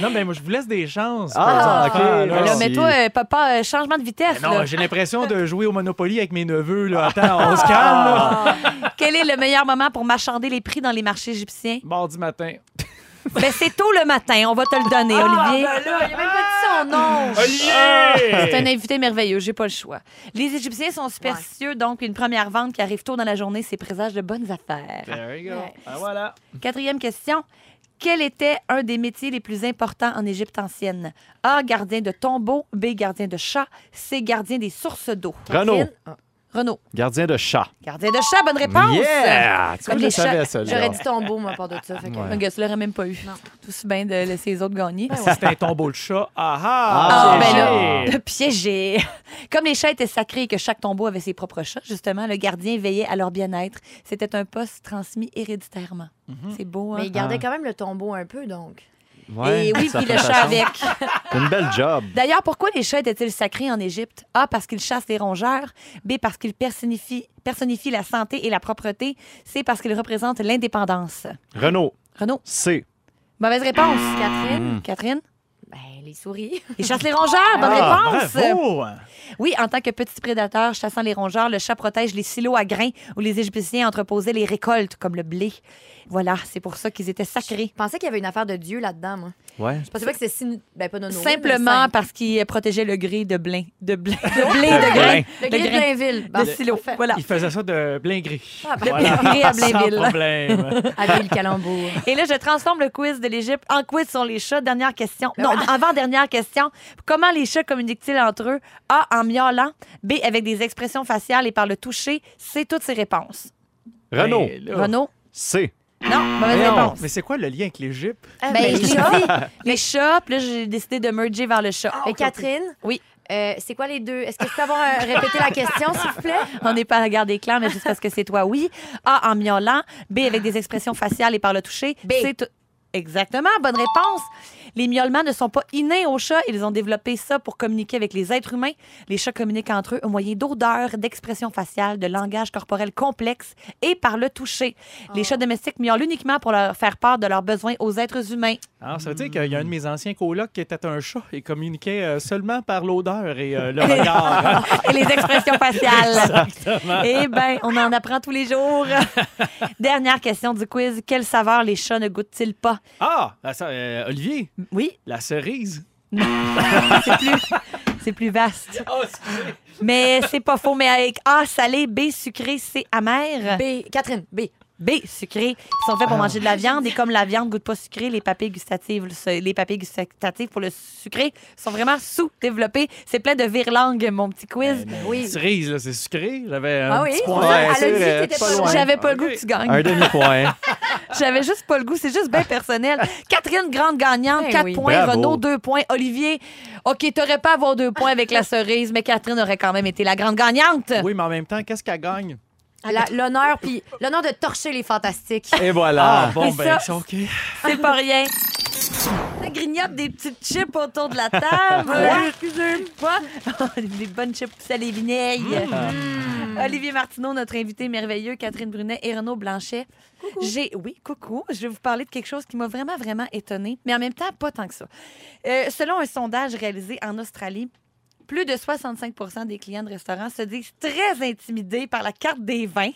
[SPEAKER 4] Non, mais moi, je vous laisse des chances.
[SPEAKER 2] Ah,
[SPEAKER 4] pour les
[SPEAKER 2] ok,
[SPEAKER 4] enfants, là.
[SPEAKER 1] Là,
[SPEAKER 2] Merci.
[SPEAKER 1] mais toi, euh, papa, euh, changement de vitesse.
[SPEAKER 4] Non,
[SPEAKER 1] là.
[SPEAKER 4] j'ai l'impression de jouer au Monopoly avec mes neveux. Là. Attends, on se calme.
[SPEAKER 3] Ah.
[SPEAKER 4] Là.
[SPEAKER 1] Quel est le meilleur moment pour marchander les prix dans les marchés égyptiens?
[SPEAKER 4] Mardi matin.
[SPEAKER 1] Ben, c'est tôt le matin, on va te le donner,
[SPEAKER 4] Ah,
[SPEAKER 1] Olivier.
[SPEAKER 3] Ah, ben
[SPEAKER 4] ben
[SPEAKER 3] il a même pas dit son nom.
[SPEAKER 1] C'est un invité merveilleux, j'ai pas le choix. Les Égyptiens sont superstitieux, donc une première vente qui arrive tôt dans la journée, c'est présage de bonnes affaires.
[SPEAKER 4] There you go.
[SPEAKER 3] Ouais.
[SPEAKER 4] Ah, voilà.
[SPEAKER 1] Quatrième question. Quel était un des métiers les plus importants en Égypte ancienne? A, gardien de tombeau, B, gardien de chat, C, gardien des sources d'eau.
[SPEAKER 2] Renaud, Euh,
[SPEAKER 3] Catherine,
[SPEAKER 1] Renaud,
[SPEAKER 2] gardien de chat.
[SPEAKER 1] gardien de chat, bonne réponse!
[SPEAKER 2] Yeah! Tu vois,
[SPEAKER 1] Comme
[SPEAKER 2] je
[SPEAKER 1] les
[SPEAKER 2] le savais,
[SPEAKER 1] chats,
[SPEAKER 2] ça,
[SPEAKER 3] J'aurais
[SPEAKER 2] là.
[SPEAKER 3] dit tombeau, moi, par de ça. Fait que-
[SPEAKER 2] Ouais.
[SPEAKER 1] Un gars, tu l'aurais même pas eu.
[SPEAKER 3] Non.
[SPEAKER 1] Tout si bien de laisser les autres gagner.
[SPEAKER 4] C'était un tombeau de chat. Ah
[SPEAKER 1] Ah,
[SPEAKER 4] ah!
[SPEAKER 1] ben
[SPEAKER 2] là.
[SPEAKER 1] Le piégé. Comme les chats étaient sacrés et que chaque tombeau avait ses propres chats, justement, le gardien veillait à leur bien-être. C'était un poste transmis héréditairement. C'est beau, hein?
[SPEAKER 3] Mais il gardait quand même le tombeau un peu, donc.
[SPEAKER 2] Ouais,
[SPEAKER 1] et Eh oui,
[SPEAKER 2] ça
[SPEAKER 1] puis
[SPEAKER 2] fait
[SPEAKER 1] le
[SPEAKER 2] façon.
[SPEAKER 1] chat avec.
[SPEAKER 2] C'est une belle job.
[SPEAKER 1] D'ailleurs, pourquoi les chats étaient-ils sacrés en Égypte? A, parce qu'ils chassent les rongeurs. B, parce qu'ils personnifient, personnifient la santé et la propreté. C, parce qu'ils représentent l'indépendance.
[SPEAKER 2] Renaud,
[SPEAKER 1] Renaud,
[SPEAKER 2] C.
[SPEAKER 1] mauvaise réponse.
[SPEAKER 3] Catherine,
[SPEAKER 1] Catherine,
[SPEAKER 3] ben, les souris.
[SPEAKER 1] ils chassent les rongeurs. Bonne
[SPEAKER 4] Ah,
[SPEAKER 1] réponse.
[SPEAKER 4] bravo!
[SPEAKER 1] Oui, en tant que petit prédateur chassant les rongeurs, le chat protège les silos à grains où les Égyptiens entreposaient les récoltes, comme le blé. Voilà, c'est pour ça qu'ils étaient sacrés.
[SPEAKER 3] Je pensais qu'il y avait une affaire de Dieu là-dedans, moi.
[SPEAKER 2] Ouais.
[SPEAKER 3] Je pensais pas que c'était si. Ben, pas de nos
[SPEAKER 1] Simplement parce qu'ils protégeaient le gré de blé. De blé, de, blé, de grain.
[SPEAKER 3] Le gré de
[SPEAKER 1] grain.
[SPEAKER 3] Blainville. Bon,
[SPEAKER 1] de silo.
[SPEAKER 3] parfait.
[SPEAKER 1] Voilà.
[SPEAKER 4] Il faisait ça de plein gris.
[SPEAKER 3] Ah, ben,
[SPEAKER 1] Voilà. Gré à
[SPEAKER 4] Sans
[SPEAKER 1] Blainville.
[SPEAKER 4] problème.
[SPEAKER 3] Avec le calembour.
[SPEAKER 1] Et là, je transforme le quiz de l'Égypte en quiz sur les chats. Dernière question.
[SPEAKER 3] Ben
[SPEAKER 1] non,
[SPEAKER 3] voilà.
[SPEAKER 1] avant-dernière question. Comment les chats communiquent-ils entre eux? A, en miaulant. B, avec des expressions faciales et par le toucher. C, toutes ces réponses.
[SPEAKER 2] Renaud,
[SPEAKER 4] Mais Ben, là-
[SPEAKER 1] Renaud?
[SPEAKER 2] C.
[SPEAKER 1] Non, mauvaise
[SPEAKER 4] Mais Oh. non,
[SPEAKER 1] réponse.
[SPEAKER 4] Mais c'est quoi le lien avec l'Égypte?
[SPEAKER 3] Ah,
[SPEAKER 1] Ben,
[SPEAKER 3] ben,
[SPEAKER 1] je l'ai
[SPEAKER 3] ça.
[SPEAKER 1] dit. Les chats, puis là, j'ai décidé de merger vers le chat.
[SPEAKER 3] Ben, Catherine?
[SPEAKER 1] Oui.
[SPEAKER 3] euh, c'est quoi les deux? Est-ce que je peux avoir un- répéter la question, s'il vous plaît?
[SPEAKER 1] On n'est pas à la garde des clans, mais juste parce que c'est toi, oui. A, en miaulant. B, avec des expressions faciales et par le toucher.
[SPEAKER 3] B.
[SPEAKER 1] C'est tout- Exactement, bonne réponse. Les miaulements ne sont pas innés aux chats. Ils ont développé ça pour communiquer avec les êtres humains. Les chats communiquent entre eux au moyen d'odeurs, d'expressions faciales, de langage corporel complexe et par le toucher.
[SPEAKER 3] Oh.
[SPEAKER 1] Les chats domestiques miaulent uniquement pour leur faire part de leurs besoins aux êtres humains.
[SPEAKER 4] Alors, Hein, ça veut dire qu'il y a un de mes anciens colocs qui était un chat et communiquait euh, seulement par l'odeur et euh, le regard.
[SPEAKER 1] et les expressions faciales. Eh bien, on en apprend tous les jours. Dernière question du quiz. Quelle saveur les chats ne goûtent-ils pas?
[SPEAKER 4] ah! la ce- euh, Olivier,
[SPEAKER 1] Oui,
[SPEAKER 4] la cerise.
[SPEAKER 1] c'est plus, c'est plus vaste.
[SPEAKER 3] Oh,
[SPEAKER 1] Mais c'est pas faux. Mais avec A, salé, B, sucré, C, amer.
[SPEAKER 3] B. Ah. Catherine, B.
[SPEAKER 1] B, sucré. Ils sont faits pour manger de la viande. Et comme la viande goûte pas sucré, les papilles gustatives, les papilles gustatives pour le sucré sont vraiment sous-développées. C'est plein de virlangues, mon petit quiz.
[SPEAKER 3] Oui.
[SPEAKER 4] Cerise, là, c'est sucré. J'avais un
[SPEAKER 3] Ah oui?
[SPEAKER 4] petit
[SPEAKER 3] c'est
[SPEAKER 4] point.
[SPEAKER 3] ça,
[SPEAKER 2] Ouais, c'est
[SPEAKER 3] elle
[SPEAKER 2] vrai,
[SPEAKER 3] a dit que t'étais
[SPEAKER 2] c'est
[SPEAKER 3] pas
[SPEAKER 2] pas
[SPEAKER 3] loin. Ah
[SPEAKER 2] loin.
[SPEAKER 1] J'avais pas le goût
[SPEAKER 4] Ok.
[SPEAKER 1] que tu gagnes.
[SPEAKER 2] Un demi-point.
[SPEAKER 1] J'avais juste pas le goût, c'est juste bien personnel. Catherine Grande gagnante,
[SPEAKER 3] Ben
[SPEAKER 1] 4
[SPEAKER 3] oui.
[SPEAKER 1] points.
[SPEAKER 2] Bravo.
[SPEAKER 1] Renaud, 2 points. Olivier, OK, t'aurais pas à avoir 2 points avec la cerise, mais Catherine aurait quand même été la grande gagnante.
[SPEAKER 4] Oui, mais en même temps, qu'est-ce qu'elle gagne?
[SPEAKER 3] La- L'honneur, puis l'honneur de torcher les fantastiques.
[SPEAKER 2] Et voilà.
[SPEAKER 4] bon,
[SPEAKER 1] Et ça-
[SPEAKER 4] ben, c'est OK.
[SPEAKER 1] C'est pas rien. Ça grignote des petites chips autour de la table. Excusez-moi. des Oh, bonnes chips poussées à l'épinaille.
[SPEAKER 2] Mmh.
[SPEAKER 1] Olivier Martineau, notre invité merveilleux, Catherine Brunet et Renaud Blanchet. J'ai, oui, coucou. Je vais vous parler de quelque chose qui m'a vraiment, vraiment étonnée, mais en même temps, pas tant que ça. Euh, selon un sondage réalisé en Australie, Plus de 65 des clients de restaurants se disent très intimidés par la carte des vins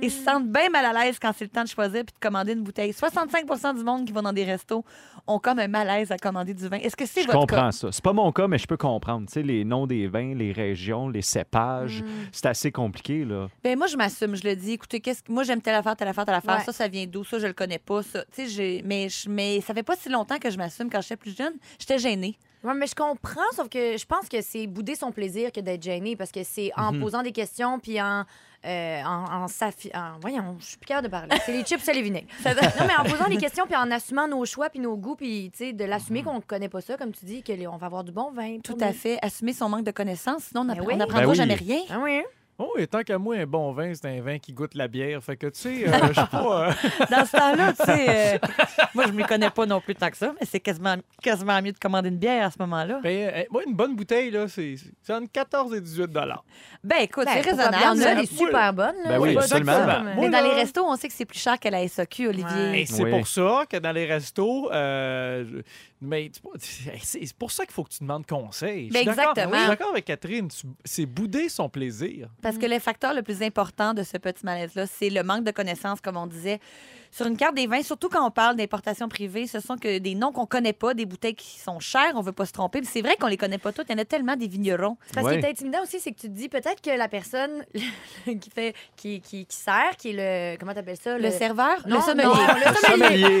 [SPEAKER 1] et se sentent bien mal à l'aise quand c'est le temps de choisir puis de commander une bouteille. 65 du monde qui va dans des restos ont comme un malaise à commander du vin. Est-ce que c'est
[SPEAKER 2] Je
[SPEAKER 1] votre cas?
[SPEAKER 2] comprends ça. C'est pas mon cas, mais je peux comprendre. Tu sais, les noms des vins, les régions, les cépages,
[SPEAKER 1] Hmm.
[SPEAKER 2] c'est assez compliqué, là.
[SPEAKER 1] Ben moi, je m'assume, je le dis. Écoutez, qu'est-ce que- moi, j'aime telle affaire, telle affaire, telle affaire.
[SPEAKER 3] Ouais.
[SPEAKER 1] Ça, ça vient d'où? Ça, je le connais pas. Ça. Tu sais, j'ai- Mais, je- mais ça fait pas si longtemps que je m'assume. Quand j'étais plus jeune, j'étais gênée.
[SPEAKER 3] Oui, mais je comprends, sauf que je pense que c'est bouder son plaisir que d'être gêné, parce que c'est en posant des questions, puis en. euh, en, en s'affi- en- Voyons, je suis plus capable de parler. C'est les chips, c'est les vinaigres. non, mais en posant des questions, puis en assumant nos choix, puis nos goûts, puis, tu sais, de l'assumer qu'on ne connaît pas ça, comme tu dis, qu'on va avoir du bon vin.
[SPEAKER 1] Tout
[SPEAKER 3] pour
[SPEAKER 1] à
[SPEAKER 3] nous.
[SPEAKER 1] fait. Assumer son manque de connaissances, sinon, on
[SPEAKER 3] Ben
[SPEAKER 1] n'appre-
[SPEAKER 3] oui.
[SPEAKER 1] on n'apprendra
[SPEAKER 2] Ben oui.
[SPEAKER 1] jamais rien.
[SPEAKER 3] Ah oui, hein?
[SPEAKER 4] Oh, et tant qu'à moi, un bon vin, c'est un vin qui goûte la bière. Fait que, tu sais, euh, je sais pas. euh,
[SPEAKER 1] Dans ce temps-là, tu sais, euh, moi, je m'y connais pas non plus tant que ça, mais c'est quasiment, quasiment mieux de commander une bière à ce moment-là.
[SPEAKER 4] ben, euh, moi, une bonne bouteille, là, c'est c'est entre 14 et 18 dollars.
[SPEAKER 1] Ben, écoute,
[SPEAKER 3] Ben,
[SPEAKER 1] c'est
[SPEAKER 3] pourquoi pas? Il
[SPEAKER 1] raisonnable.
[SPEAKER 3] y en a
[SPEAKER 1] là.
[SPEAKER 3] des super bonnes. Là.
[SPEAKER 2] Ben oui,
[SPEAKER 3] C'est pas
[SPEAKER 2] absolument.
[SPEAKER 3] ça, comme, euh,
[SPEAKER 1] Mais
[SPEAKER 4] Moi,
[SPEAKER 1] dans les
[SPEAKER 4] là-
[SPEAKER 1] restos, on sait que c'est plus cher qu'à la SAQ, Olivier.
[SPEAKER 3] Ouais.
[SPEAKER 4] Et c'est
[SPEAKER 2] Oui.
[SPEAKER 4] pour ça que dans les restos, euh, je- mais tu- hey, c'est c'est pour ça qu'il faut que tu demandes conseil. Je suis
[SPEAKER 1] Ben,
[SPEAKER 4] d'accord-
[SPEAKER 1] exactement.
[SPEAKER 4] Je suis d'accord avec Catherine. tu- C'est bouder son plaisir.
[SPEAKER 1] Parce que le facteur le plus important de ce petit malaise-là, c'est le manque de connaissances, comme on disait. Sur une carte des vins, surtout quand on parle d'importation privée, ce sont que des noms qu'on connaît pas, des bouteilles qui sont chères, on veut pas se tromper. Puis c'est vrai qu'on les connaît pas toutes, il y en a tellement des vignerons.
[SPEAKER 3] C'est Parce
[SPEAKER 2] Ouais.
[SPEAKER 3] qu'il est intimidant aussi, c'est que tu te dis peut-être que la personne qui fait qui, qui, qui sert, qui est le comment t'appelles ça
[SPEAKER 1] Le, serveur,
[SPEAKER 3] Non,
[SPEAKER 1] Euh, le sommelier,
[SPEAKER 3] non,
[SPEAKER 2] Le sommelier,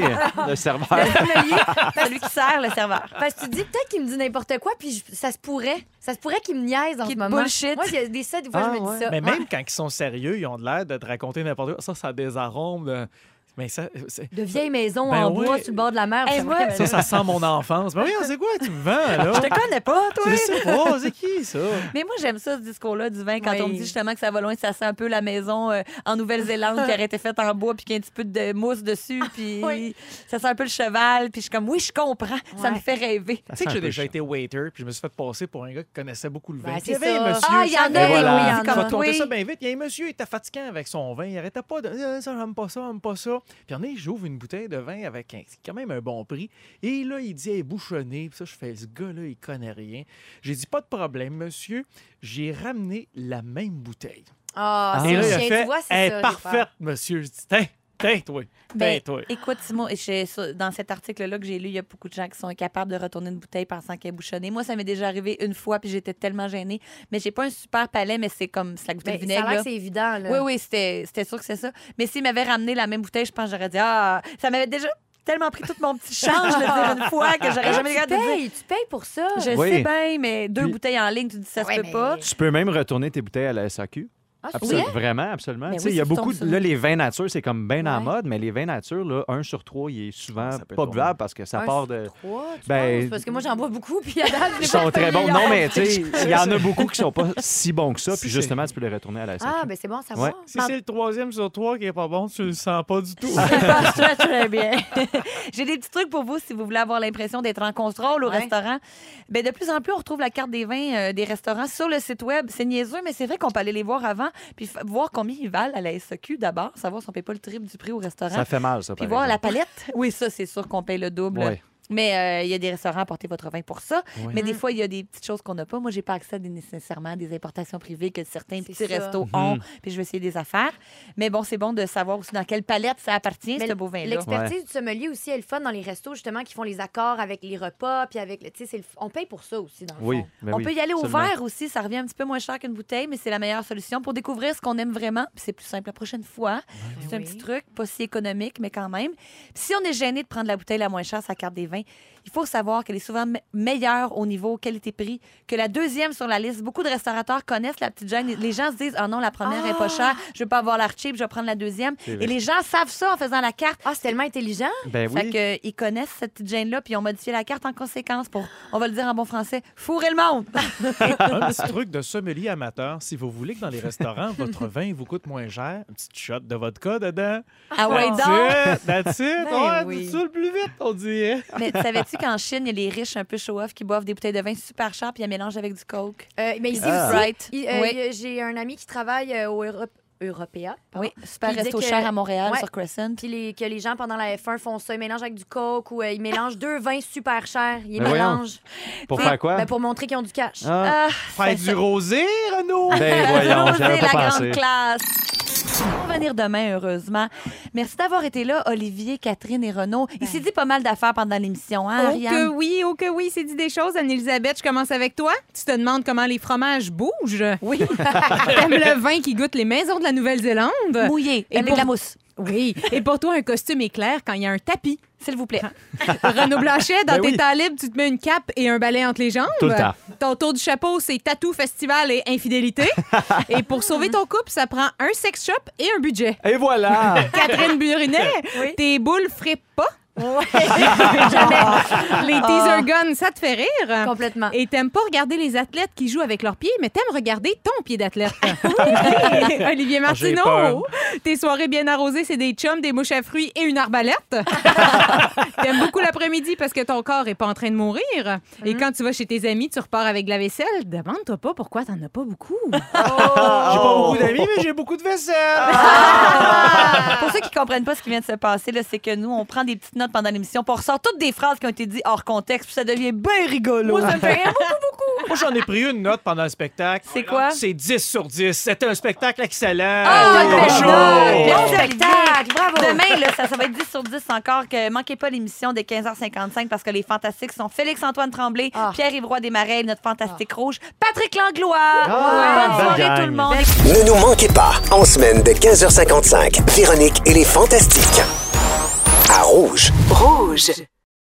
[SPEAKER 2] le
[SPEAKER 1] le
[SPEAKER 2] serveur.
[SPEAKER 1] sommelier, celui qui sert le serveur.
[SPEAKER 3] Parce que tu te dis peut-être qu'il me dit n'importe quoi, puis je- ça se pourrait. Ça se pourrait qu'il me niaise en
[SPEAKER 1] Qu'il
[SPEAKER 3] ce
[SPEAKER 1] te
[SPEAKER 3] moment.
[SPEAKER 1] bullshit.
[SPEAKER 3] Moi, il y a des ça, des fois,
[SPEAKER 2] Ah,
[SPEAKER 3] je me
[SPEAKER 2] ouais.
[SPEAKER 3] dis ça.
[SPEAKER 4] Mais
[SPEAKER 3] Ouais.
[SPEAKER 4] même quand ils sont sérieux, ils ont de l'air de te raconter n'importe quoi. Ça, ça désarome. euh, Mais ça, c'est-
[SPEAKER 3] Ah, De vieilles maisons
[SPEAKER 4] Ben
[SPEAKER 3] en
[SPEAKER 4] ouais.
[SPEAKER 3] bois sur le bord de la mer.
[SPEAKER 1] Hey,
[SPEAKER 3] ça me
[SPEAKER 1] Eh, moi,
[SPEAKER 3] fait-
[SPEAKER 4] ça, ça sent mon enfance. Mais oui, c'est quoi tu me vends, là?
[SPEAKER 1] Je te connais pas, toi.
[SPEAKER 4] C'est ça, oh, c'est qui, ça?
[SPEAKER 1] Mais moi, j'aime ça, ce discours-là du vin, quand
[SPEAKER 3] Oui.
[SPEAKER 1] on me dit justement que ça va loin, ça sent un peu la maison euh, en Nouvelle-Zélande qui aurait été faite en bois, puis qu'il y a un petit peu de mousse dessus, puis
[SPEAKER 3] Ah, Oui.
[SPEAKER 1] ça sent un peu le cheval, puis je suis comme, oui, je comprends, ça me
[SPEAKER 3] Ouais.
[SPEAKER 1] fait rêver.
[SPEAKER 4] Tu sais
[SPEAKER 2] sent
[SPEAKER 4] que
[SPEAKER 2] un
[SPEAKER 4] j'ai
[SPEAKER 2] peu
[SPEAKER 4] déjà
[SPEAKER 2] chiant.
[SPEAKER 4] été waiter, puis je me suis fait passer pour un gars qui connaissait beaucoup le vin.
[SPEAKER 3] Ben,
[SPEAKER 4] Puis il y
[SPEAKER 3] c'est
[SPEAKER 4] avait un
[SPEAKER 3] ça.
[SPEAKER 4] monsieur.
[SPEAKER 3] Ah, il y en
[SPEAKER 4] Mais
[SPEAKER 3] a,
[SPEAKER 4] Ben voilà.
[SPEAKER 3] oui, il y en
[SPEAKER 4] Je vais
[SPEAKER 1] a.
[SPEAKER 4] te compter
[SPEAKER 1] Oui.
[SPEAKER 4] ça bien vite. Il y a un monsieur, il était fatigant avec son vin. Il arrêtait pas de. Ah, Ça, j'aime pas ça, j'aime pas ça. Puis en est, j'ouvre une bouteille de vin avec un, c'est quand même un bon prix. Et là, il dit, elle est bouchonnée. Puis ça, je fais, ce gars-là, il connaît rien. J'ai dit, pas de problème, monsieur. J'ai ramené la même bouteille.
[SPEAKER 3] Ah,
[SPEAKER 2] Ah.
[SPEAKER 3] c'est
[SPEAKER 4] Et
[SPEAKER 3] le
[SPEAKER 4] là, il a
[SPEAKER 3] chien,
[SPEAKER 4] fait,
[SPEAKER 3] tu vois,
[SPEAKER 4] elle
[SPEAKER 3] c'est
[SPEAKER 4] est
[SPEAKER 3] ça. j'ai peur.
[SPEAKER 4] parfaite, monsieur. Je dis, tiens, tiens, toi.
[SPEAKER 1] Ben,
[SPEAKER 4] Tiens, toi.
[SPEAKER 1] Écoute, Simon, j'ai- sur- dans cet article-là que j'ai lu, il y a beaucoup de gens qui sont incapables de retourner une bouteille pensant qu'elle est bouchonnée. Moi, ça m'est déjà arrivé une fois, puis j'étais tellement gênée. Mais j'ai pas un super palais, mais c'est comme c'est la
[SPEAKER 3] Ben,
[SPEAKER 1] bouteille de
[SPEAKER 3] ça a
[SPEAKER 1] vinaigre.
[SPEAKER 3] l'air
[SPEAKER 1] là.
[SPEAKER 3] que c'est évident. Là.
[SPEAKER 1] Oui, oui, c'était c'était sûr que c'est ça. Mais s'il m'avait ramené la même bouteille, je pense que j'aurais dit Ah, ça m'avait déjà tellement pris tout mon petit change de dire une fois que j'aurais
[SPEAKER 3] Hey,
[SPEAKER 1] jamais
[SPEAKER 3] tu
[SPEAKER 1] regardé.
[SPEAKER 3] payes, tu payes pour ça.
[SPEAKER 1] Je
[SPEAKER 2] Oui.
[SPEAKER 1] sais bien, mais deux
[SPEAKER 2] Puis-
[SPEAKER 1] bouteilles en ligne, tu dis ça
[SPEAKER 3] Ouais,
[SPEAKER 1] se peut
[SPEAKER 3] mais-
[SPEAKER 1] pas.
[SPEAKER 2] Tu peux même retourner tes bouteilles à la SAQ.
[SPEAKER 3] Ah, c'est
[SPEAKER 2] Absolument,
[SPEAKER 3] vrai?
[SPEAKER 2] Vraiment, absolument.
[SPEAKER 1] Ben
[SPEAKER 2] Tu sais,
[SPEAKER 1] oui,
[SPEAKER 2] il y a
[SPEAKER 1] c'est tout
[SPEAKER 2] beaucoup
[SPEAKER 1] ça.
[SPEAKER 2] de, là, les vins nature, c'est comme bien en
[SPEAKER 3] Ouais.
[SPEAKER 2] mode, mais les vins nature, là, un sur trois, il est souvent
[SPEAKER 4] Ça peut
[SPEAKER 2] pas
[SPEAKER 4] être
[SPEAKER 2] buvable parce que ça
[SPEAKER 3] Un
[SPEAKER 2] part
[SPEAKER 3] sur
[SPEAKER 2] de.
[SPEAKER 3] trois, Ah, tu
[SPEAKER 2] Ben,
[SPEAKER 3] penses? Parce que moi, j'en bois beaucoup, puis à date, je l'ai
[SPEAKER 2] Ils
[SPEAKER 3] pas
[SPEAKER 2] sont très bons.
[SPEAKER 3] essayé.
[SPEAKER 2] Non, mais tu sais, il y en a beaucoup qui sont pas si bons que ça.
[SPEAKER 4] Si,
[SPEAKER 2] Puis
[SPEAKER 4] c'est-
[SPEAKER 2] justement, tu peux les retourner à la SAQ.
[SPEAKER 3] Ah, ben c'est bon, ça va.
[SPEAKER 2] Ouais.
[SPEAKER 4] Si c'est le troisième sur trois qui est pas bon, tu le sens pas du tout.
[SPEAKER 1] Je très, très bien. J'ai des petits trucs pour vous si vous voulez avoir l'impression d'être en contrôle au
[SPEAKER 3] Ouais.
[SPEAKER 1] restaurant. Ben, de plus en plus, on retrouve la carte des vins euh, des restaurants sur le site web. C'est niaiseux, mais c'est vrai qu'on peut aller les voir avant, puis fa- voir combien ils valent à la SAQ d'abord, savoir si on paye pas le triple du prix au restaurant.
[SPEAKER 2] Ça fait mal, ça.
[SPEAKER 1] Ah, Puis
[SPEAKER 2] par
[SPEAKER 1] voir la
[SPEAKER 2] exemple.
[SPEAKER 1] palette. Oui, ça, c'est sûr qu'on paye le double.
[SPEAKER 2] Ouais.
[SPEAKER 1] Mais euh, il y a des restaurants à porter votre vin pour ça.
[SPEAKER 2] Ouais.
[SPEAKER 1] Mais des fois, il y a des petites choses qu'on n'a pas. Moi, j'ai pas accès à des- nécessairement à des importations privées que certains
[SPEAKER 3] C'est
[SPEAKER 1] petits
[SPEAKER 3] ça.
[SPEAKER 2] Mhm.
[SPEAKER 1] restos ont. Puis je vais essayer des affaires. Mais bon, c'est bon de savoir aussi dans quelle palette ça appartient,
[SPEAKER 3] Mais
[SPEAKER 1] ce beau vin-là.
[SPEAKER 3] L'expertise du sommelier aussi, elle est fun dans les restos, justement, qui font les accords avec les repas, puis avec le. Tu sais, c'est le- on paye pour ça aussi, dans le
[SPEAKER 2] Oui,
[SPEAKER 3] fond.
[SPEAKER 2] ben
[SPEAKER 1] on
[SPEAKER 2] oui,
[SPEAKER 1] peut y aller au
[SPEAKER 2] absolument.
[SPEAKER 1] verre aussi, ça revient un petit peu moins cher qu'une bouteille, mais c'est la meilleure solution pour découvrir ce qu'on aime vraiment. Puis c'est plus simple la prochaine fois. C'est un
[SPEAKER 3] Ben oui.
[SPEAKER 1] petit truc, pas si économique, mais quand même. Puis si on est gêné de prendre la bouteille la moins chère, sa carte des vins, il faut savoir qu'elle est souvent me- meilleure au niveau qualité-prix que la deuxième sur la liste. Beaucoup de restaurateurs connaissent la petite gêne. Les gens se disent, ah non, la première est pas chère, je veux pas avoir l'art cheap, je vais prendre la deuxième.
[SPEAKER 2] C'est vrai.
[SPEAKER 1] Et les gens savent ça en faisant la carte.
[SPEAKER 3] Ah, c'est tellement intelligent.
[SPEAKER 2] Ben
[SPEAKER 1] Fait
[SPEAKER 2] oui.
[SPEAKER 1] que, ils connaissent cette petite gêne-là, puis ils ont modifié la carte en conséquence pour, on va le dire en bon français, fourrer le monde.
[SPEAKER 4] un petit truc de sommelier amateur. Si vous voulez que dans les restaurants, votre vin vous coûte moins cher, une petite shot de vodka dedans.
[SPEAKER 1] Ah ouais,
[SPEAKER 4] That's
[SPEAKER 1] donc!
[SPEAKER 4] it, that's it. Ouais,
[SPEAKER 3] Ben oui.
[SPEAKER 4] ça le plus vite, on dirait.
[SPEAKER 1] Mais savais-tu qu'en Chine, il y a les riches un peu show-off qui boivent des bouteilles de vin super chères puis ils les mélangent avec du coke?
[SPEAKER 3] Euh, mais ici
[SPEAKER 2] Ah.
[SPEAKER 3] aussi,
[SPEAKER 1] Sprite.
[SPEAKER 3] il- euh,
[SPEAKER 1] Oui.
[SPEAKER 3] il y a- j'ai un ami qui travaille euh, au Europe. Européa.
[SPEAKER 1] Oui, super
[SPEAKER 3] Puis il
[SPEAKER 1] resto
[SPEAKER 3] disait
[SPEAKER 1] cher
[SPEAKER 3] que-
[SPEAKER 1] à Montréal
[SPEAKER 3] Ouais.
[SPEAKER 1] sur Crescent.
[SPEAKER 3] Puis les- que les gens pendant la F1 font ça, ils mélangent avec du coke ou euh, ils mélangent deux vins super chers, ils
[SPEAKER 2] Ben voyons.
[SPEAKER 3] mélangent.
[SPEAKER 2] Pour faire quoi?
[SPEAKER 3] Ben, pour montrer qu'ils ont du cash.
[SPEAKER 1] Ah,
[SPEAKER 2] Ah,
[SPEAKER 4] Faire du rosé, Renaud!
[SPEAKER 2] ben voyons,
[SPEAKER 1] Rosé,
[SPEAKER 2] j'y avais
[SPEAKER 1] Ah. la
[SPEAKER 2] pas
[SPEAKER 1] grande
[SPEAKER 2] pensé.
[SPEAKER 1] classe. On va venir demain, heureusement. Merci d'avoir été là, Olivier, Catherine et Renaud. Il s'est dit pas mal d'affaires pendant l'émission, hein,
[SPEAKER 5] Oh
[SPEAKER 1] Ariane?
[SPEAKER 5] que oui, oh que oui, c'est dit des choses. Anne-Elisabeth, je commence avec toi. Tu te demandes comment les fromages bougent.
[SPEAKER 1] Oui,
[SPEAKER 5] T'aimes le vin qui goûte les maisons de la Nouvelle-Zélande.
[SPEAKER 1] mouillé,
[SPEAKER 5] Et
[SPEAKER 1] avec
[SPEAKER 5] pour-
[SPEAKER 1] de la mousse,
[SPEAKER 5] Oui. Et pour toi, un costume éclair quand il y a un tapis.
[SPEAKER 1] s'il vous plaît.
[SPEAKER 5] Renaud Blanchet, dans
[SPEAKER 2] Ben
[SPEAKER 5] tes
[SPEAKER 2] oui.
[SPEAKER 5] temps libres, tu te mets une cape et un balai entre les jambes.
[SPEAKER 2] Tout le temps.
[SPEAKER 5] Ton tour du chapeau, c'est tatou, festival et infidélité. et pour sauver ton couple, ça prend un sex shop et un budget.
[SPEAKER 2] Et voilà!
[SPEAKER 5] Catherine Burinet,
[SPEAKER 3] Oui.
[SPEAKER 5] tes boules frippent pas. Les
[SPEAKER 1] Ah.
[SPEAKER 5] teaser guns, ça te fait rire.
[SPEAKER 3] Complètement.
[SPEAKER 5] Et t'aimes pas regarder les athlètes qui jouent avec leurs pieds, mais t'aimes regarder ton pied d'athlète. Olivier
[SPEAKER 4] Ah, j'ai peur.
[SPEAKER 5] Martineau, tes soirées bien arrosées, c'est des chums, des mouches à fruits et une arbalète. t'aimes beaucoup l'après-midi parce que ton corps est pas en train de mourir. Et quand tu vas chez tes amis, tu repars avec de la vaisselle. Demande-toi pas pourquoi t'en as pas beaucoup.
[SPEAKER 4] J'ai pas beaucoup d'amis, mais j'ai beaucoup de
[SPEAKER 1] Ah.
[SPEAKER 4] vaisselle!
[SPEAKER 1] Pour ceux qui comprennent pas ce qui vient de se passer, là, c'est que nous, on prend des petites notes pendant l'émission, puis on ressort toutes des phrases qui ont été dites hors contexte, puis ça devient bien rigolo.
[SPEAKER 4] Moi, j'en ai pris une note pendant le spectacle.
[SPEAKER 1] C'est quoi?
[SPEAKER 4] C'est 10 sur 10. C'était un spectacle excellent!
[SPEAKER 1] Bonne
[SPEAKER 4] Bon
[SPEAKER 1] belle
[SPEAKER 4] show.
[SPEAKER 1] note!
[SPEAKER 3] Bon
[SPEAKER 1] Merci, Olivier.
[SPEAKER 3] spectacle, bravo.
[SPEAKER 1] Demain, là, ça, ça va être 10 sur 10 encore. Que manquez pas l'émission de 15h55 parce que les fantastiques sont Félix-Antoine Tremblay,
[SPEAKER 3] Ah.
[SPEAKER 1] Pierre-Yvroy Desmarais, notre fantastique rouge, Patrick Langlois.
[SPEAKER 2] Ah,
[SPEAKER 1] Bonne
[SPEAKER 2] belle
[SPEAKER 1] soirée, tout
[SPEAKER 2] gang.
[SPEAKER 1] le monde.
[SPEAKER 6] Ne nous manquez pas, en semaine de 15h55, Véronique et les Fantastiques. À Rouge.
[SPEAKER 7] Rouge.